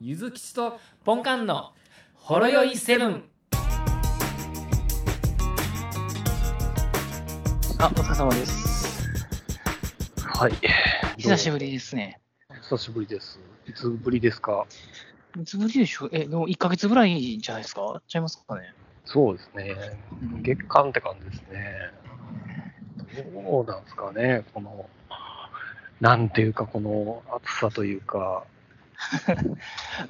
ゆずきちとポンカンのほろよいセブン。あ、お疲れ様です。はい。久しぶりですね。どうも。久しぶりです。いつぶりですかいつぶりでしょうえ、でも1ヶ月ぐらいじゃないですかちゃいますかね。そうですね。うん月間って感じですね。どうなんですかね、この、なんていうか、この暑さというか、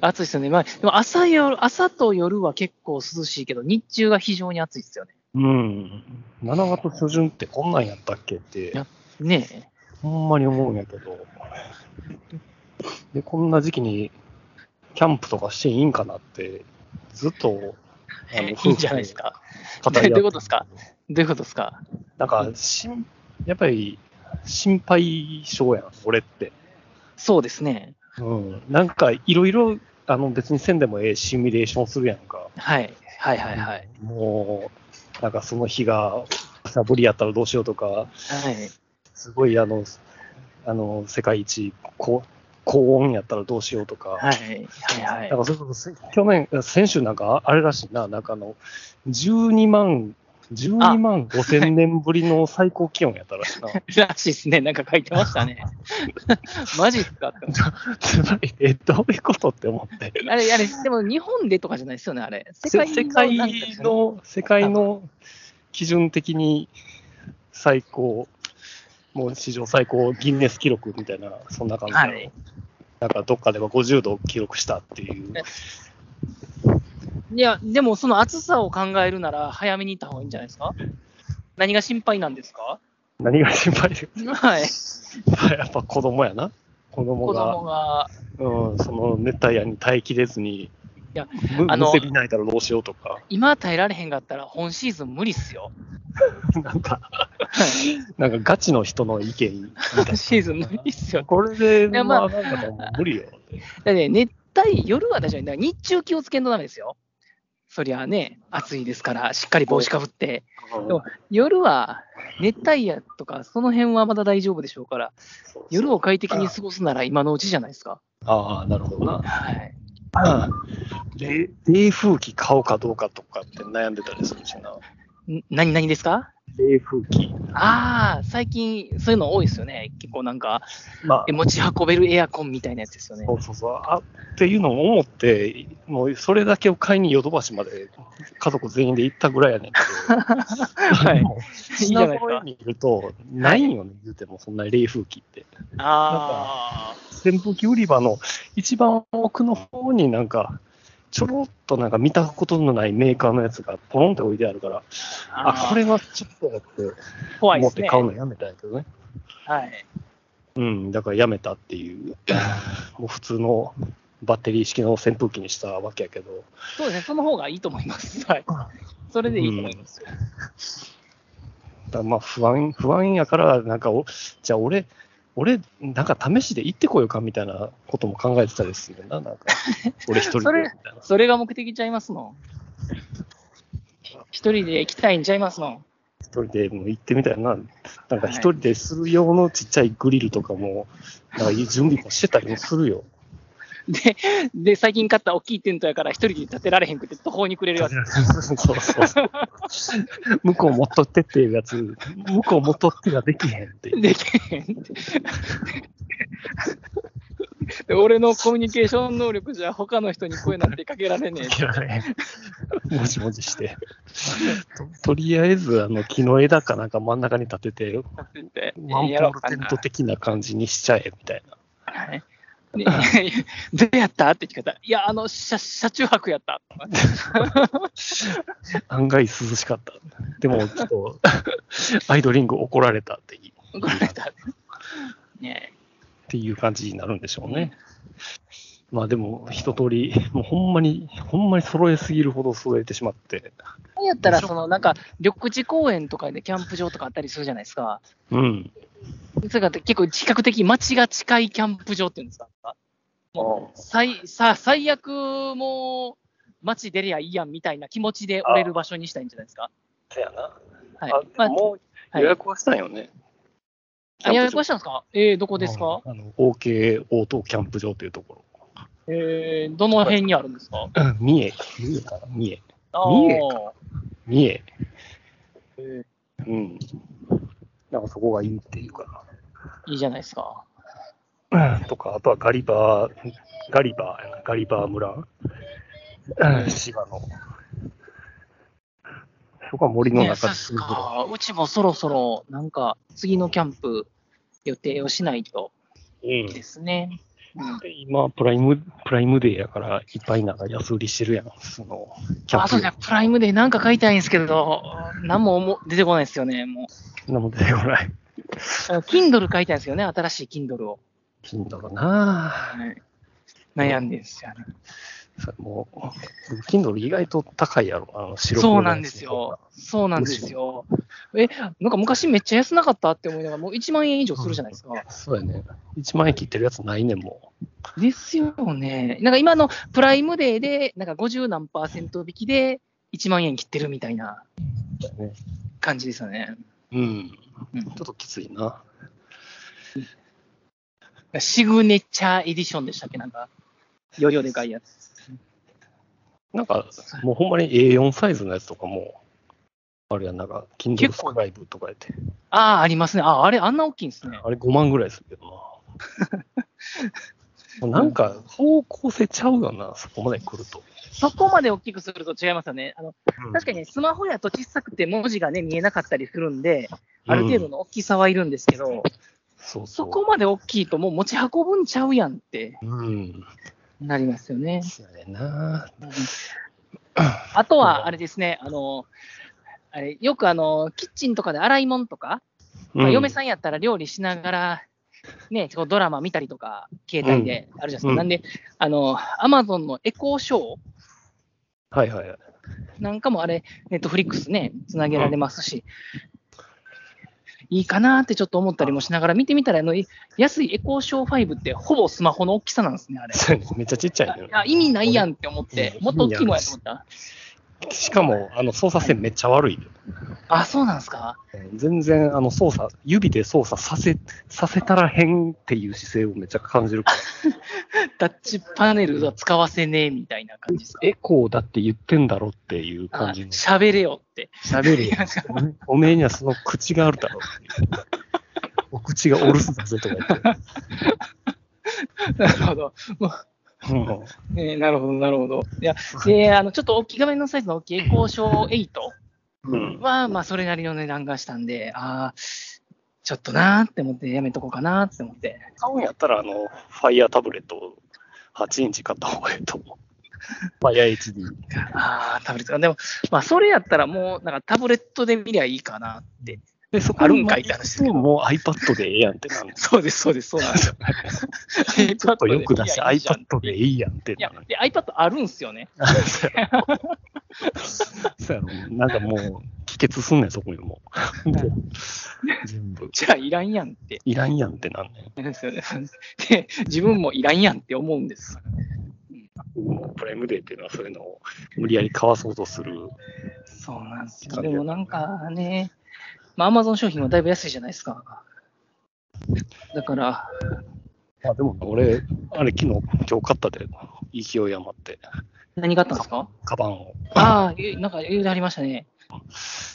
暑いですよね。まあ、でも朝夜、朝と夜は結構涼しいけど、日中が非常に暑いですよね。うん、7月初旬ってこんなんやったっけって、やねえ。ほんまに思うんやけど、で、こんな時期にキャンプとかしていいんかなって、ずっと、あの いいんじゃないです。か。夫婦で語り合ってどういうことですかどういうことですかなんか、しん、やっぱり心配性やん、俺って。そうですね。うん。なんか、いろいろ、あの、別にせんでもええシミュレーションするやんか。はい。はいはいはい。もう、なんかその日が、さぶりやったらどうしようとか、はい。すごい、あの、あの、世界一高、高温やったらどうしようとか。はい。はいなんはい。かそれこそせ去年、先週なんか、あれらしいな、なんかあの、12万、12万5千年ぶりの最高気温やったらしいな。らしいですね。なんか書いてました ね。マジっすかつまり、え、どういうことって 思って。あれ、あれ、でも日本でとかじゃないですよね、あれ。世界なんかですよねの、世界の基準的に最高、もう史上最高ギンネス記録みたいな、そんな感じ、はいなんかどっかでは50度を記録したっていう。いや、でもその暑さを考えるなら、早めに行った方がいいんじゃないですか何が心配なんですか何が心配で はい。やっぱ子供やな。子供子が供、が。うん、その熱帯夜に耐えきれずに、いやむ、あのむせび泣いたらどうしようとか、 今耐えられへんかったら、本シーズン無理っすよ。なんか、はいなんかガチの人の意見みたいな本。シーズン無理っすよ。これで、やままあ、あなんかもう無理よ。だって熱帯、夜は大丈夫。だから日中気をつけんとダメですよ。そりゃね、暑いですから、しっかり帽子かぶって。でも夜は熱帯夜とか、その辺はまだ大丈夫でしょうから、夜を快適に過ごすなら今のうちじゃないですか。ああ、なるほどな。はい。冷冷風機買おうかどうかとかって悩んでたりするしな。ん何々ですか冷風機。ああ、最近そういうの多いですよね。結構なんか、まあえ、持ち運べるエアコンみたいなやつですよねそ。うそうそう。あっていうのを思って、もうそれだけを買いにヨドバシまで家族全員で行ったぐらいやねん けど。 はい。もう品揃え見ると、ないんよね、言うても、そんな冷風機って。あ扇風機売り場の一番奥の方になんか、ちょろっとなんか見たことのないメーカーのやつがポロンって置いてあるから、ーああ、これはちょっとってー怖い思でっすてね。買うのやめたんやけどね。はい。うん、だからやめたっ ていう、もう普通のバッテリー式の扇風機にしたわけやけど、そうですね、その方がいいと思います。 はいあ。それでいいと思いますよ。だからまあ不安、不安やから、なんかお、じゃあ俺、俺、なんか試しで行ってこようかみたいなことも考えてたりするな、 なんか、俺一人でそれみたいな。それが目的ちゃいますの。一人で行きたいんちゃいますの。一人でもう行ってみたいな、なんか一人でする用のちっちゃいグリルとかも、なんか準備もしてたりもするよ。で、で、最近買った大きいテントやから一人で立てられへんくて途方に暮れるやつ。 そうそうそう。向こう持っとってっていうやつ、向こう持っとってができへんっていう。できへんって。で俺のコミュニケーション能力じゃ他の人に声なんてかけられねえ。嫌い。 もじもじして。と とりあえず、あの、木の枝かなんか真ん中に立てて、ワンってってポールテント的な感じにしちゃえ、みたいな。はいで どうやったって聞かれたらいや、あの、車車中泊やった。案外涼しかった。でも、ちょっと、 アイドリング怒られたってい怒られた。 ねっていう感じになるんでしょうね。まあでも、一通り、もうほんまに、ほんまに揃えすぎるほど揃えてしまって。え。やったら、その、なんか、緑地公園とかでキャンプ場とかあったりするじゃないですか。うん。それが結構、比較的街が近いキャンプ場っていうんですか。最さ最悪もう街出りゃいいやんみたいな気持ちで折れる場所にしたいんじゃないですか。せやな。はい、あ、まあもうはい予約はしたんよね。あ予約はししたんですかえー、どこですか、あの、OK 応答キャンプ場というところ。えー、どの辺にあるんですかうん三重。三重かな三重。あ三重ー三重。えーうん。なんかそこがいいっていうかいいじゃないですか。な。とか、あとはガリバー、ガリバーやな、ガリバー村。うん滋賀の。そこは森のね、中そうでですすごい広いか。うちもそろそろ、なんか、次のキャンプ、予定をしないとうんですね。うんで今、プライム、プライムデーやから、いっぱいなんか安売りしてるやん、その、キャあ、そうですンね。プライムでなんか書いてないんですけど、何も思出てこないですよね。もプ。なんも出てこない。う、Kindle 書いてないんですよね。新しい Kindle を。金だろうな悩んでるんですよね。それもう、Kindle 意外と高いやろ、あの、白黒そうのなやつんですよ。そうなんですよ。え、なんか昔めっちゃ安なかったって思いながら、もう1万円以上するじゃないですか。そうやね。1万円切ってるやつないねん、もですよね。なんか今のプライムデーで、なんか50何パーセント引きで1万円切ってるみたいなう。ね感じですよね。うん。うんちょっときついな。シグネチャーエディションでしたっけなんか、容量でかいやつ。なんか、もうほんまに A4 サイズのやつとかも、あれやん、なんか、Kindle 結スク構ライブとかやって。ああ、ありますね。ああ、あれ、あんな大きいんですね。あれ5万ぐらいするけどな。もうなんか、方向性ちゃうよな、そこまで来ると。そこまで大きくすると違いますよね。あの確かにねスマホやと小さくて文字がね、見えなかったりするんで、ある程度うんの大きさはいるんですけど、そうそう。そこまで大きいともう持ち運ぶんちゃうやんってうん。なりますよね。そうやねんな。あとは、あれですね、あの、あれ、よくあの、キッチンとかで洗い物とか、まあ嫁さんやったら料理しながら、ね、こうドラマ見たりとか、携帯であるじゃないですか。うんなんで、あの、アマゾンのエコーショーん。はいはいはい。なんかもあれ、ネットフリックスね、つなげられますし、いいかなってちょっと思ったりもしながら見てみたら、あの、い安いエコーショー5ってほぼスマホの大きさなんですね、あれ。そうやねめっちゃちっちゃいねあ意味ないやんって思って、うんもっと大きいもんやと思った。しかも、あの操作性めっちゃ悪いで。あ、そうなんですか。全然、あの操作、指で操作させ、させたらへんっていう姿勢をめっちゃ感じるから。タッチパネルは使わせねえみたいな感じですか。エコーだって言ってんだろっていうあ感じの。喋れよって。 喋れよなんか おめえにはその口があるだろうっていう。お口がお留守だぜとか言っなて。るほど。うんえーなるほど、なるほど。いや、で、あの、ちょっと大きい画面のサイズの大きいエコーショーうん8は、まあ、それなりの値段がしたんで、ああ、ちょっとなーって思って、やめとこうかなーって思って。買うんやったら、あの、ファイヤータブレット8インチ買った方がいいと思う。ファイヤー HD。ああ、タブレット。でも、まあ、それやったらもう、なんかタブレットで見りゃいいかなって。で、そあるんかいって話ですけど。もう iPad でええやんってなるそうです、そうです、そうなんですよ。 ちょっとよく出して iPad で見りゃいいじゃん iPad でええやんっていやなる。、で iPad あるんすよね。そうやろ。なんかもう、帰結すんねん、そこにも う。で全部。じゃあいらんやんって。いらんやんってなんねんなんですよね。で、自分もいらんやんって思うんです。。プライムデーっていうのはそういうのを無理やり買わそうとする。そうなんですよ。でもなんかね、まあ、アマゾン商品はだいぶ安いじゃないですか。だから、あでも俺、あれ昨日、今日買ったで、勢い余って、何があったんですかカバンを。ああ、えなんかいろいろありましたね。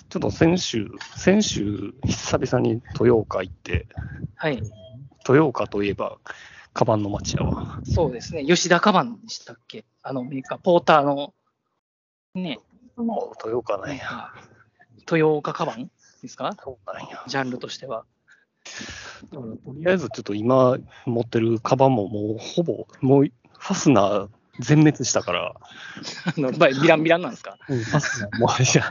ちょっと先週、先週、久々に豊岡行って、はい。豊岡といえば、カバンの街やわ。そうですね。吉田カバンでしたっけあのメーカー、ポーターの、ね、もう豊岡なんメーや。カー豊岡カバンですかそうなんや。ジャンルとしては。だからとりあえずちょっと今持ってるカバンももうほぼ、もうファスナー全滅したから、あのばビランビランなんですかファスナーも う、いや、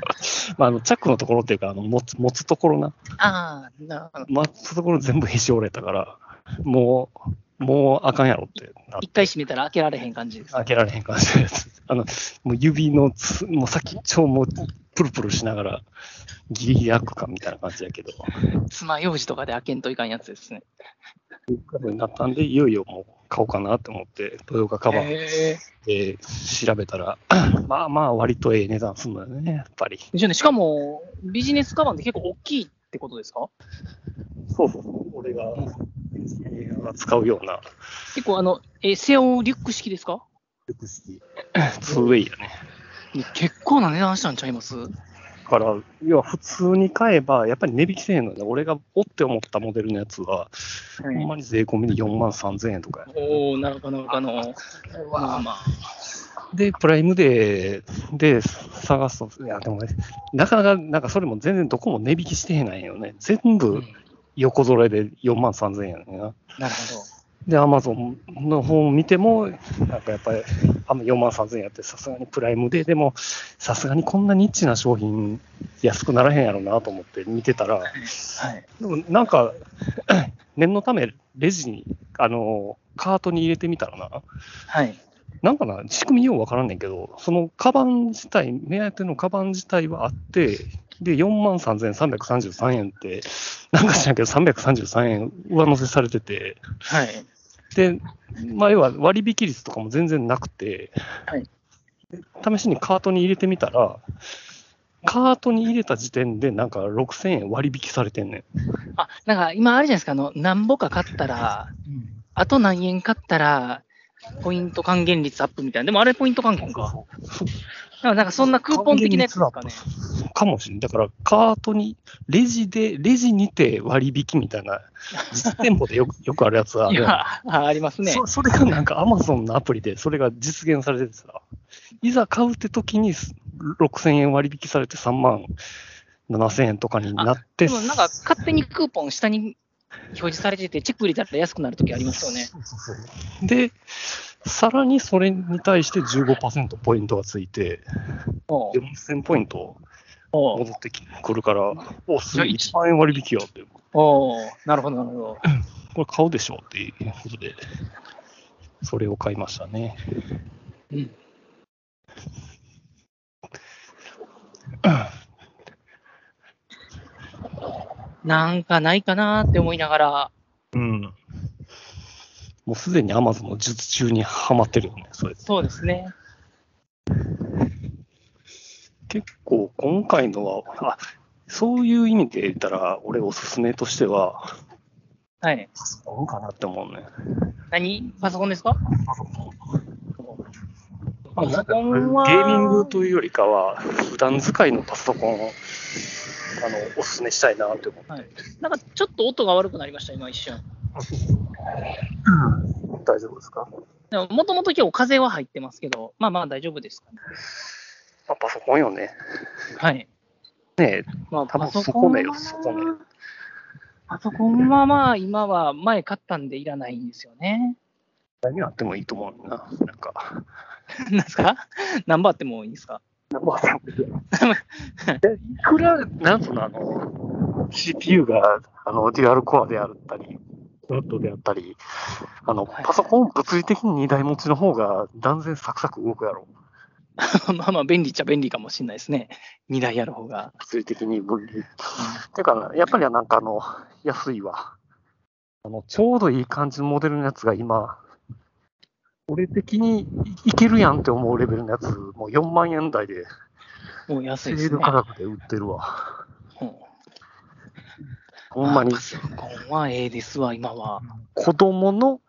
まあ、あのチャックのところっていうか、あの持つ持つところな、ああ、な持つところ全部へし折れたから、もう、もうあかんやろってなって一回閉めたら開けられへん感じです。開けられへん感じです。あの、もう指のつ、もう先っちょもうプルプルしながら、ギリギリ開くかみたいな感じやけど、爪楊枝とかで開けんといかんやつですね。なったんで、いよいよもう買おうかなって思って、豊岡カバンへで調べたら、 まあまあ割とええ値段すんのよね、やっぱり。ーですよねしかも、ビジネスカバンって結構大きいってことですかそうそうそう、俺が映画が使うような結構あの、え、背負うリュック式ですか複式、 ツーウェイやね。結構な値段したんちゃいますだから、要は普通に買えば、やっぱり値引きせえへんのね。俺がおって思ったモデルのやつは、ほんまに税込みで4万3000円とかやねおおなるほど、なるほど。まあまあ。で、プライムデーで探すと、いや、でもね、なかなか、なんかそれも全然どこも値引きしてへんないよね。全う部ん横揃えで4万3000円やねんな。なるほど。で、アマゾンの方を見ても、なんかやっぱり、あんま4万3000円やって、さすがにプライムデーでも、さすがにこんなニッチな商品、安くならへんやろうなと思って見てたら、はい。でもなんか、 念のため、レジに、あの、カートに入れてみたらな、はい。なんかな、仕組みようわからんねんけど、そのカバン自体、目当てのカバン自体はあって、で、4万3333円って、なんか知らんけど、333円上乗せされてて、はい。で、まあ、要は割引率とかも全然なくて、はいで試しにカートに入れてみたら、カートに入れた時点で、なんか6000円割引されてんねん。あ、なんか今あれじゃないですか、あの、なんぼか買ったら、あと何円買ったら、ポイント還元率アップみたいな。でもあれポイント還元か。なんかなんかそんなクーポン的なやつですかね。かもしれん。だから、カートに、レジで、レジにて割引みたいな、実店舗で よくよくあるやつはあいるやんや、あありますね。そそれがなんか Amazon のアプリでそれが実現されててさ、いざ買うって時にす6000円割引されて3万7000円とかになって、でもなんか勝手にクーポン下に表示されてて、チェック入れたら安くなるときありますよね。で、さらにそれに対して15%ポイントがついて、おう4000ポイントおう戻ってくるから、おすじゃごあい1万円割引やって。おうなるほど、なるほど。これ買うでしょうっていうことで、それを買いましたね。うんなんかないかなーって思いながら、うん。もうすでに Amazon の術中にはまってるよね、それ。そうですね。結構今回のは、あそういう意味で言ったら、俺おすすめとしては、はい。パソコンかなって思うね。何パソコンですかまあ、なんかパソコンはゲーミングというよりかは、普段使いのパソコンをあのおすすめしたいなって思はい。なんかちょっと音が悪くなりました、今一瞬。う。大丈夫ですか、でももともと今日風は入ってますけど、まあまあ大丈夫ですかね。まあ、パソコンよね。はい。ねえまあ多分パソコンはそこねよそこねパソコンはまあ今は前買ったんでいらないんですよね。何があってもいいと思うな。なんか。 なんですか何番あってもいいですかいくら、なんとなの、CPU があのデュアルコアであったり、ノットであったり、あの、はいパソコン物理的に2台持ちの方が断然サクサク動くやろ。まあまあ便利っちゃ便利かもしれないですね。2台やる方が。物理的に分離。てか、やっぱりなんかあの、安いわ。あの、ちょうどいい感じのモデルのやつが今、俺的にいけるやんって思うレベルのやつ、もう4万円台で、もう安セいですーねル。価格で売ってるわ。うんほんまにパ。ソコンはええですわ、今は。子供の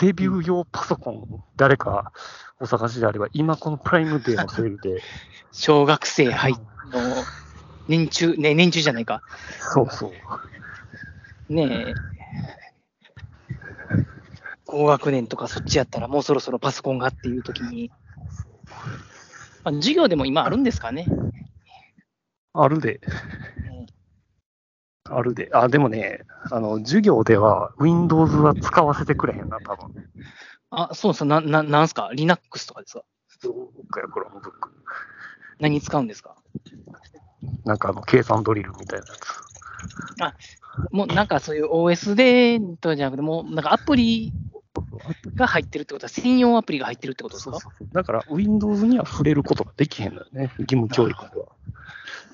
デビュー用パソコン、誰かお探しであれば、今このプライムデーのセールで、小学生入っの、年中、ね、年中じゃないか。そうそう、ねえ。高学年とかそっちやったらもうそろそろパソコンがっていう時に。まあ、授業でも今あるんですかね。あるで、あるで、あ、でもね、あの、授業では Windows は使わせてくれへんな、多分。あ、そうそう、な、ななんすか ?Linux とかですか僕や、これ、僕。何使うんですかなんかあの、計算ドリルみたいなやつ。もうなんかそういう OS で、とかじゃなくて、もうなんかアプリが入ってるってことは、専用アプリが入ってるってことですかそうそうだから、Windows には触れることができへんのよね、義務教育では。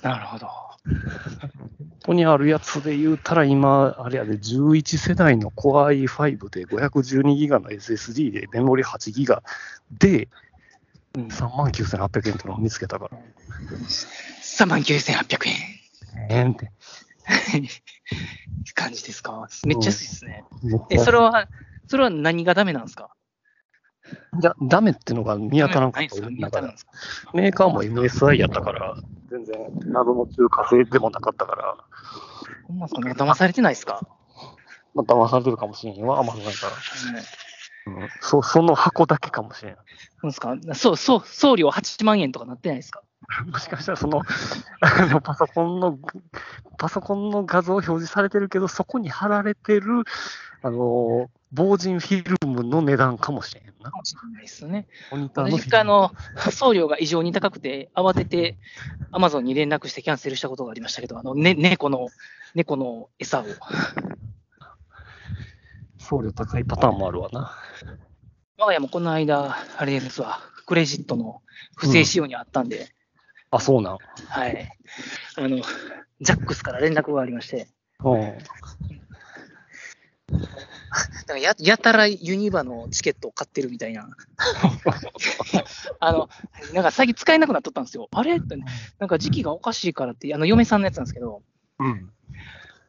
なるほど。ここにあるやつで言うたら、今、あれやで、11世代の Core i5 で512ギガの SSD でメモリ8ギガでうん、 39,800円というのを見つけたから、 3万9800円。ええんって。感じですか。めっちゃ安いですね。めっちゃえ、それは、それは何がダメなんですかいや、ダメってのが見当たらんかないっですた。か見当たらんですかメーカーも MSI やったから、全然謎の中華製でもなかったから、ほんまっすかなんか騙されてないですか、まあ、騙されてるかもしれんわ、まさかうんら、うんそ。その箱だけかもしれん。そうですかそう、そう、送料8万円とかなってないですかもしかしたらその、 あのパソコンの、パソコンの画像表示されてるけど、そこに貼られてる、あの、防塵フィルムの値段かもしれんなか。もしれないですよね。モニターのフィル私ムがあの、送料が異常に高くて、慌てて、アマゾンに連絡してキャンセルしたことがありましたけど、あの、ね、猫の、猫の餌を。送料高いパターンもあるわな。我が家もこの間、あれですわ、クレジットの不正使用にあったんで、あ、そうなん。はい。あの、ジャックスから連絡がありまして、うん。なんかややたらユニバのチケットを買ってるみたいな。 あの、なんか最近使えなくなっとったんですよ。あれってなんか時期がおかしいからって、あの、嫁さんのやつなんですけど、うん。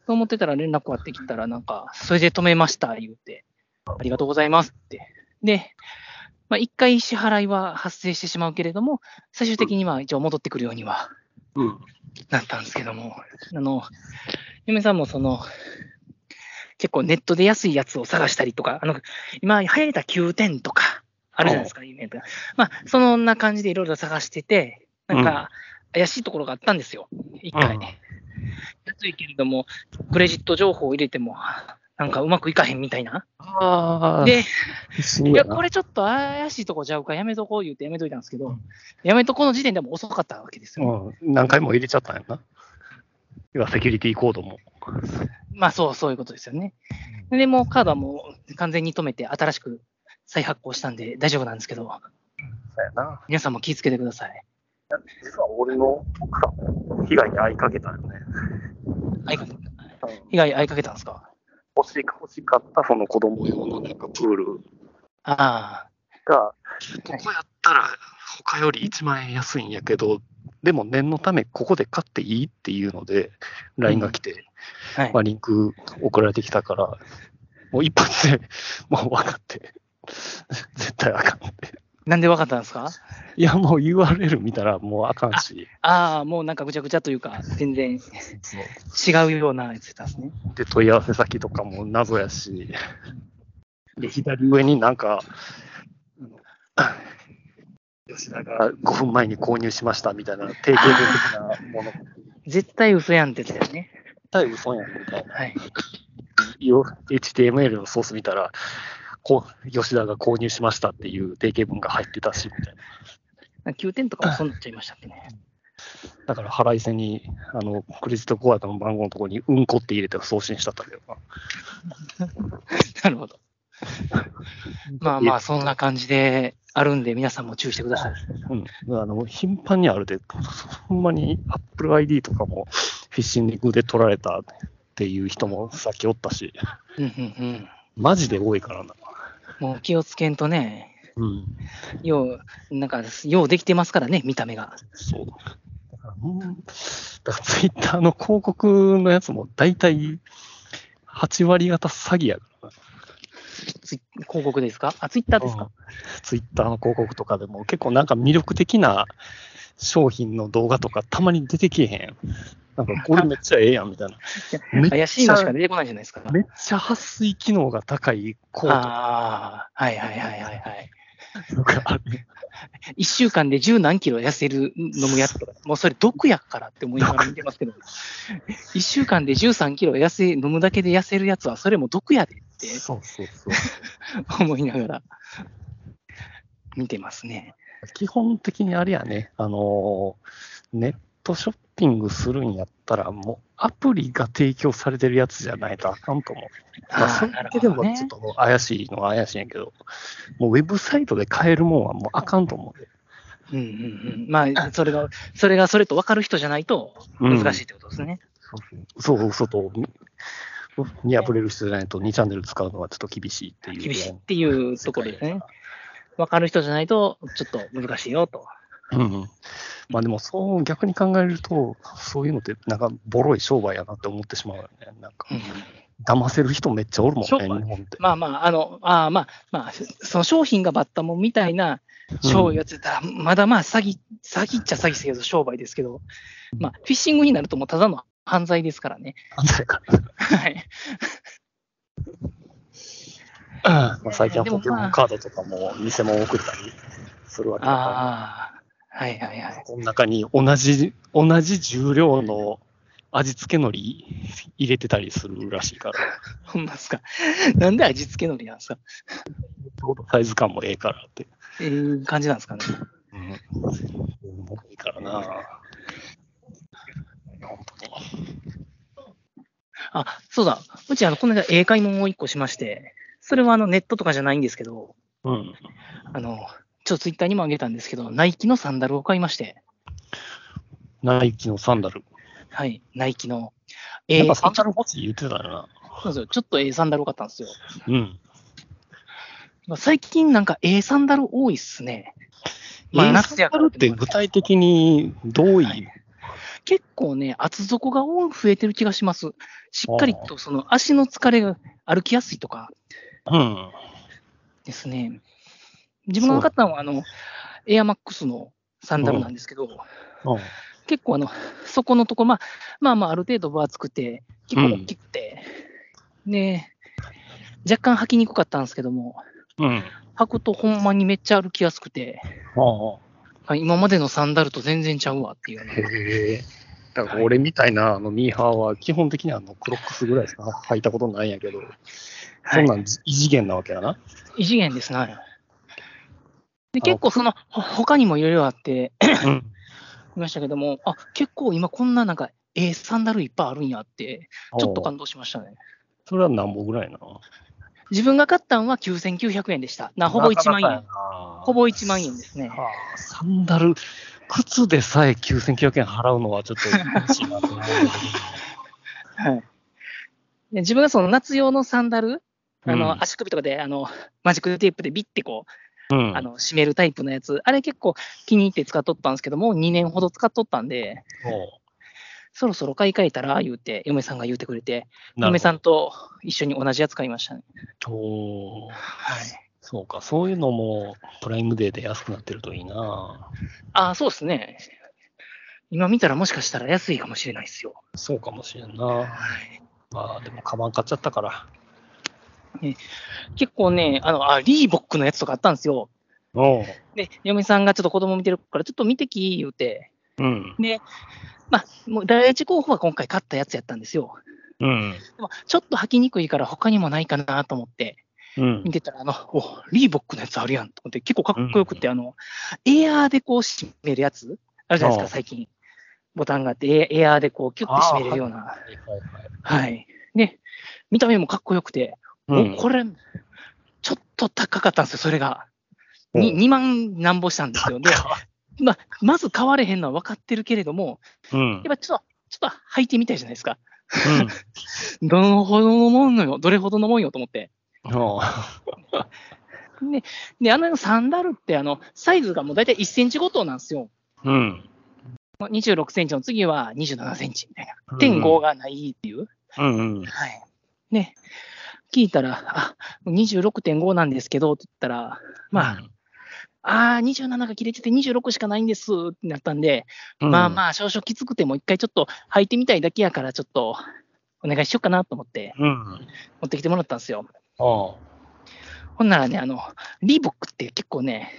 そう思ってたら連絡があってきたら、なんか、それで止めました、言うて、ありがとうございますって。で、まあ、一回支払いは発生してしまうけれども、最終的には一応戻ってくるようにはうん。なったんですけども、あの、嫁さんもその、結構ネットで安いやつを探したりとか、あの、今流行りた9点とか、あるじゃないですか、イベントがまあ、そんな感じでいろいろ探してて、なんか、怪しいところがあったんですよ、一回。うん安いけれども、クレジット情報を入れても、なんかうまくいかへんみたいな。ああ、で、必死いにや、やなこれちょっと怪しいとこちゃうからやめとこう言うてやめといたんですけど、やめとこの時点でもう遅かったわけですよ。うん、何回も入れちゃったんやな。要はセキュリティコードも。まあそう、そういうことですよね。で、もうカードはもう完全に止めて、新しく再発行したんで大丈夫なんですけど、そうやな。皆さんも気をつけてください。実は俺の奥さんも被害に遭いかけたよね。あいかけうん被害、あいかけたんですか欲しい欲しかったその子供用のなんかプールああ、が、はいここやったら他より1万円安いんやけど、でも念のためここで買っていいっていうので、LINE が来て、はいま。あ、リンク送られてきたから、もう一発で、もう分かって、絶対あかんって。なんでわかったんですかいや、もう URL 見たらもうあかんし。ああ、もうなんかぐちゃぐちゃというか、全然そう違うようなやつだったんですね。で、問い合わせ先とかも謎やし、で、左上になんか、あの 吉田が5分前に購入しましたみたいな、定型文的な もの、絶絶対嘘やんってやつだよね。対嘘やんみたいな。はい。よ HTML のソース見たら、こう吉田が購入しましたっていう定型文が入ってたし、みたいな。なんか9点とかもそうなっちゃいましたっけね。だから払いせに、あの、クレジットコアの番号のところに、うんこって入れて送信したったけどな。なるほど。まあまあ、そんな感じであるんで、皆さんも注意してください。うん、あの頻繁にあるで、ほんまに Apple ID とかもフィッシングで取られたっていう人もさっきおったし、うんうんうん。マジで多いからな。もう気をつけんとね、うん、よう、なんか、ようできてますからね、見た目が。そう。だから、ツイッターの広告のやつも大体8割方詐欺やからな。ツイ広告ですかあ、ツイッターですか、ツイッターの広告とかでも結構なんか魅力的な商品の動画とかたまに出てきへん。なんかこれめっちゃええやんみたいな。めっちゃ怪しいのしか出てこないじゃないですか。 めっちゃ撥水機能が高いコートああ、はいはいはいはいはい。とかある1週間で十何キロ痩せる飲むやつとか、もうそれ毒やからって思いながら見てますけ ど、1週間で13キロ痩せ、飲むだけで痩せるやつは、それも毒やでってそうそうそう。思いながら見てますね。基本的にあれやね、あのーネットショッピングするんやったら、もうアプリが提供されてるやつじゃないとあかんと思う。まあ、それだけでもちょっともう怪しいのは怪しいんやけど、もうウェブサイトで買えるもんはもうあかんと思うで。うんうんうん。まあ、それが、それがそれと分かる人じゃないと難しいってことですね。そうそう、嘘と見見破れる人じゃないと2チャンネル使うのはちょっと厳しいっていう。厳しいっていうところですね。分かる人じゃないと、ちょっと難しいよと。うん。まあでも、そう、逆に考えると、そういうのって、なんか、ボロい商売やなって思ってしまうよね。なんか、騙せる人めっちゃおるもんね、商日売本って。まあまあ、あの、あーまあまあ、その商品がバッタモンみたいな商うん売やつだったら、まだまあ詐欺、詐欺っちゃ詐欺ですけど、商売ですけど、まあ、フィッシングになるともうただの犯罪ですからね。犯罪かはい。ら。まあ、最近はでもポまあケモンカードとかも偽物送ったりするわけだかああ、はいはいはら、い。この中に同じ、同じ重量の味付け海苔入れてたりするらしいから、ほんまっすか。なんで味付けのりなんですかサイズ感もええからって。ええ感じなんですかね。うん。重いからな。本当に。あ、そうだ。うち、あの、この間、英会ももう一個しまして、それはあの、ネットとかじゃないんですけど、うん。あの、ちょっとツイッターにもあげたんですけど、ナイキのサンダルを買いまして、ナイキのサンダル。はい、ナイキの。えなんーかサンダル欲しい言ってたよな。そうですよ。ちょっとええサンダルを買ったんですよ。うん。まあ最近なんかええサンダル多いっすね。まあえー夏やからサンダルって具体的にどういう、結構ね、厚底が多く増えてる気がします。しっかりとその足の疲れが歩きやすいとかうん。ですね。自分が買ったのはあの、エアマックスのサンダルなんですけど、うん。結構あの、そこのとこ、まあまあまあある程度分厚くて、結構大きくて、ね、若干履きにくかったんですけども、うん。履くとほんまにめっちゃ歩きやすくて、あはい今までのサンダルと全然ちゃうわっていうようなあ。へえ。だから俺みたいなあのミーハーは基本的にはあのクロックスぐらいしか履いたことないんやけど、そんなん異次元なわけやな。異次元ですね。であの結構その、ほ他にもいろいろあって、うん。いましたけども、あ、結構今こんななんか、えーサンダルいっぱいあるんやって、ちょっと感動しましたね。それはなんぼぐらいな。自分が買ったのは9900円でした。な、ほぼ1万なかな円か。やなほぼ1万円ですね。はあサンダル、靴でさえ9900円払うのはちょっと悲しいなと思うけどはい。で自分がその夏用のサンダル、あの、うん足首とかで、あの、マジックテープでビッてこうう、んあの、締めるタイプのやつ、あれ結構気に入って使っとったんですけども、2年ほど使っとったんで、そそろそろ買い替えたら、言うて、嫁さんが言うてくれて、うなるほど嫁さんと一緒に同じやつ買いましたね。おーはい、そうか、そういうのもプライムデーで安くなってるといいな。ああ、そうですね。今見たらもしかしたら安いかもしれないですよ。そうかもしれんな。はい、まあでも、カバン買っちゃったから。結構ね、あの、あ、リーボックのやつとかあったんですよ。おうで、嫁さんがちょっと子供見てるから、ちょっと見てき、言うて。うん。まあ、もう第一候補は今回買ったやつやったんですよ。うん。でも、ちょっと履きにくいから他にもないかなと思って、うん見。てたら、あの、お、リーボックのやつあるやんと思って、結構かっこよくて、あの、エアーでこう締めるやつあるじゃないですああか、最近。ボタンがあって、エエアーでこうキュッて締めれるような。はいはいはいはい。ね、見た目もかっこよくて、うおんこれ、ちょっと高かったんですよ、それが。におう2万なんぼしたんですよ。で、まあ、まず買われへんのは分かってるけれども、うんやっ。ぱちょっと、ちょっと履いてみたいじゃないですか。どのほどのもんのよ、どれほどのもんよと思って。うん。おうで、あのサンダルって、あの、サイズがもう大体1センチごとなんですよ。うん。まあ26センチの次は27センチみたいな。うん1.5がないっていう。うんうん。はい。ね。聞いたら、あ、26.5なんですけど、って言ったら、まあ、ああ、27が切れてて26しかないんですってなったんで、うん、まあまあ、少々きつくても一回ちょっと履いてみたいだけやから、ちょっとお願いしようかなと思ってあ。うん。持ってきてもらったんですよ。おうほんならね、あの、リーボックって結構ね、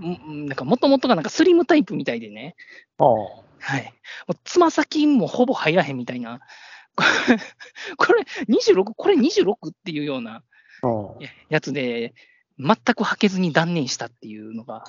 うん。んなんかもともとがなんかスリムタイプみたいでね、おうはい。もうつま先もほぼ入らへんみたいな。 これ、これ26、これ26っていうようなおうやつで、全く履けずに断念したっていうのが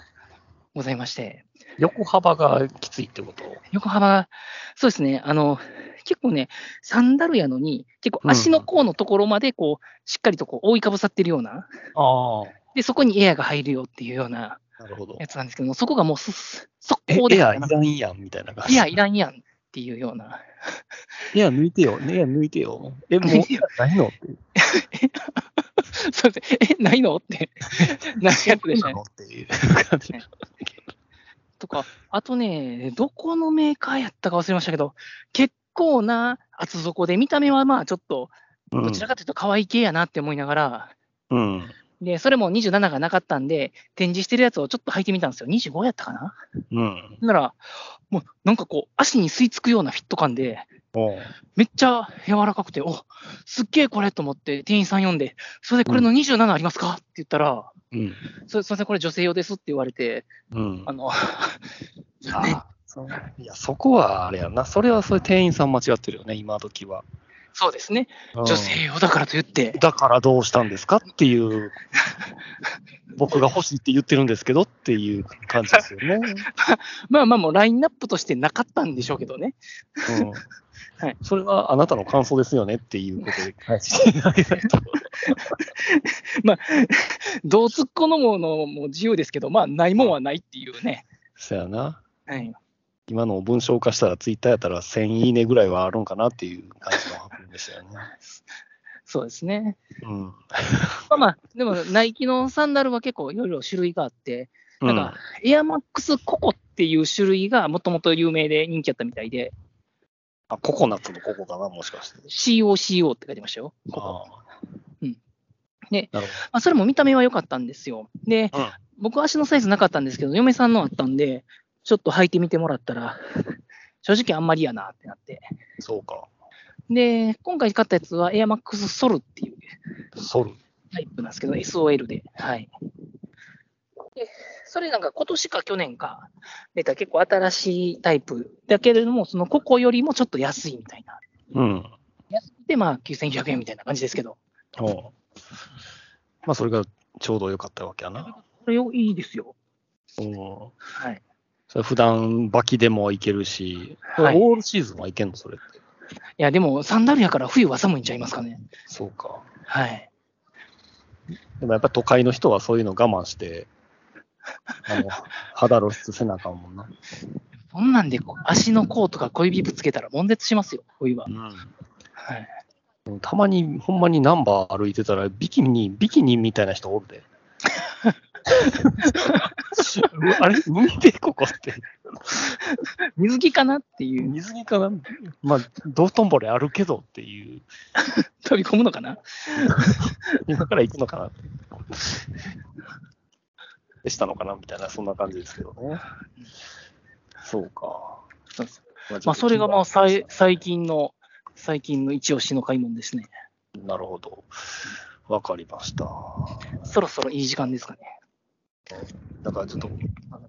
ございまして。横幅がきついってこと横幅、そうですね、あの、結構ね、サンダルやのに、結構足の甲のところまで、こう、しっかりとこう覆いかぶさってるような、あで、そこにエアが入るよっていうようなあ。なるほど。やつなんですけども、そこがもうす、す速え攻で、エいアいや、らんやんみたいな感いじ。やいらんやんっていうような、エア抜いてよ。ねエア抜いてよ。え、もう、エアないのって。 そうですね、え、ないのって、なるやつでしたなね。のっていう感じ。とか、あとね、どこのメーカーやったか忘れましたけど、結構な厚底で、見た目はまあちょっと、うんどちらかというと可愛い系やなって思いながら、うん。で、それも27がなかったんで、展示してるやつをちょっと履いてみたんですよ。25やったかなうん。なら、もうなんかこう、足に吸い付くようなフィット感で、おうめっちゃ柔らかくて、おすっげえこれと思って、店員さん呼んで、それでこれの27ありますかって言ったら、うん。そすいません、これ女性用ですって言われて、うんあ。の、あそういや、そこはあれやな。それはそれ店員さん間違ってるよね、今時は。そうですね、うん女性用だからと言って、だからどうしたんですかって いう、僕が欲しいって言ってるんですけどっていう感じですよね。まあまあもうラインナップとしてなかったんでしょうけどね。うんはいそれはあなたの感想ですよねっていうことで 返してあげないと。どう突っ込むのも自由ですけど、まあないもんはないっていうね。そやな。はい、今のを文章化したらツイッターやったら1000いいねぐらいはあるんかなっていう感じの発表でしたよね。そうですね。うん。まあまあ、でもナイキのサンダルは結構いろいろ種類があって、うなんか、エアマックスココっていう種類がもともと有名で人気あったみたいで、あココナッツのココかな、もしかして。 COCO って書いてましたよ。ここあうーんねなるまあ、それも見た目は良かったんですよ。で、ほど。うん僕は足のサイズなかったんですけど、嫁さんのあったんで、ちょっと履いてみてもらったら、正直あんまりやなってなって。そうか。で、今回買ったやつは AirMax Sol っていうソル。タイプなんですけど、SOL で。はい。で、それなんか今年か去年か出た結構新しいタイプだけれども、そのここよりもちょっと安いみたいな。うん。で、まあ9900円みたいな感じですけど、おうまあ、それがちょうど良かったわけやな。これよいいですよ。うん。はい。それ普段履きでもいけるし、はいオールシーズンはいけんの、それって。いや、でもサンダルやから冬は寒いんちゃいますかね。そうか。はい。でもやっぱ都会の人はそういうの我慢して、あの肌露出せなあかんもんな。そんなんでこう足の甲とか小指ぶつけたら悶絶しますよ、冬は。はい、うん、たまに、ほんまにナンバー歩いてたら、ビキニ、ビキニみたいな人おるで。うわあれ見て、ここって。水着かなっていう、水着かなまあ、道頓堀あるけどっていう。飛び込むのかな今から行くのかなって。でしたのかなみたいな、そんな感じですけどね。そうか。そうですまあ、それがまあさい最近の、最近の一押しの買い物ですね。なるほど。わかりました。そろそろいい時間ですかね。だからちょっと、あの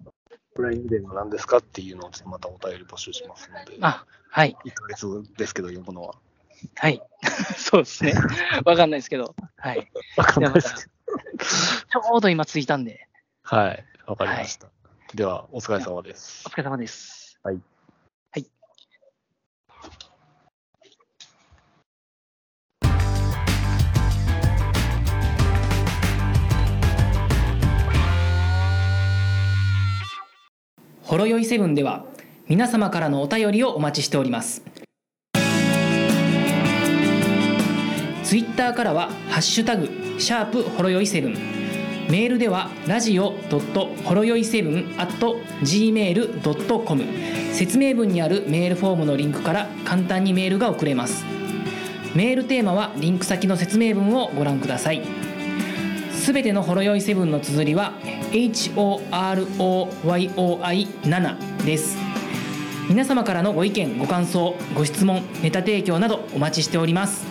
プライムデーの何ですかっていうのをちょっとまたお便り募集しますので、あ、はい、 1ヶ月ですけど、読むのは。はい。 そうですね。わかんないですけど。はい。わかんでないはまでた、ちす。ょうど今着いたんで、はい。わかりました。では、お疲れ様ですお。疲れ様です。ほろよいセブンでは皆様からのお便りをお待ちしておりますツイッターからは「ハッシュタグシャープほろよいセブン」メールではラジオドットほろよいセブン at gmail.com 説明文にあるメールフォームのリンクから簡単にメールが送れますメールテーマはリンク先の説明文をご覧くださいすべてのほろ酔いセブンの綴りは HOROYOI7 です皆様からのご意見ご感想ご質問ネタ提供などお待ちしております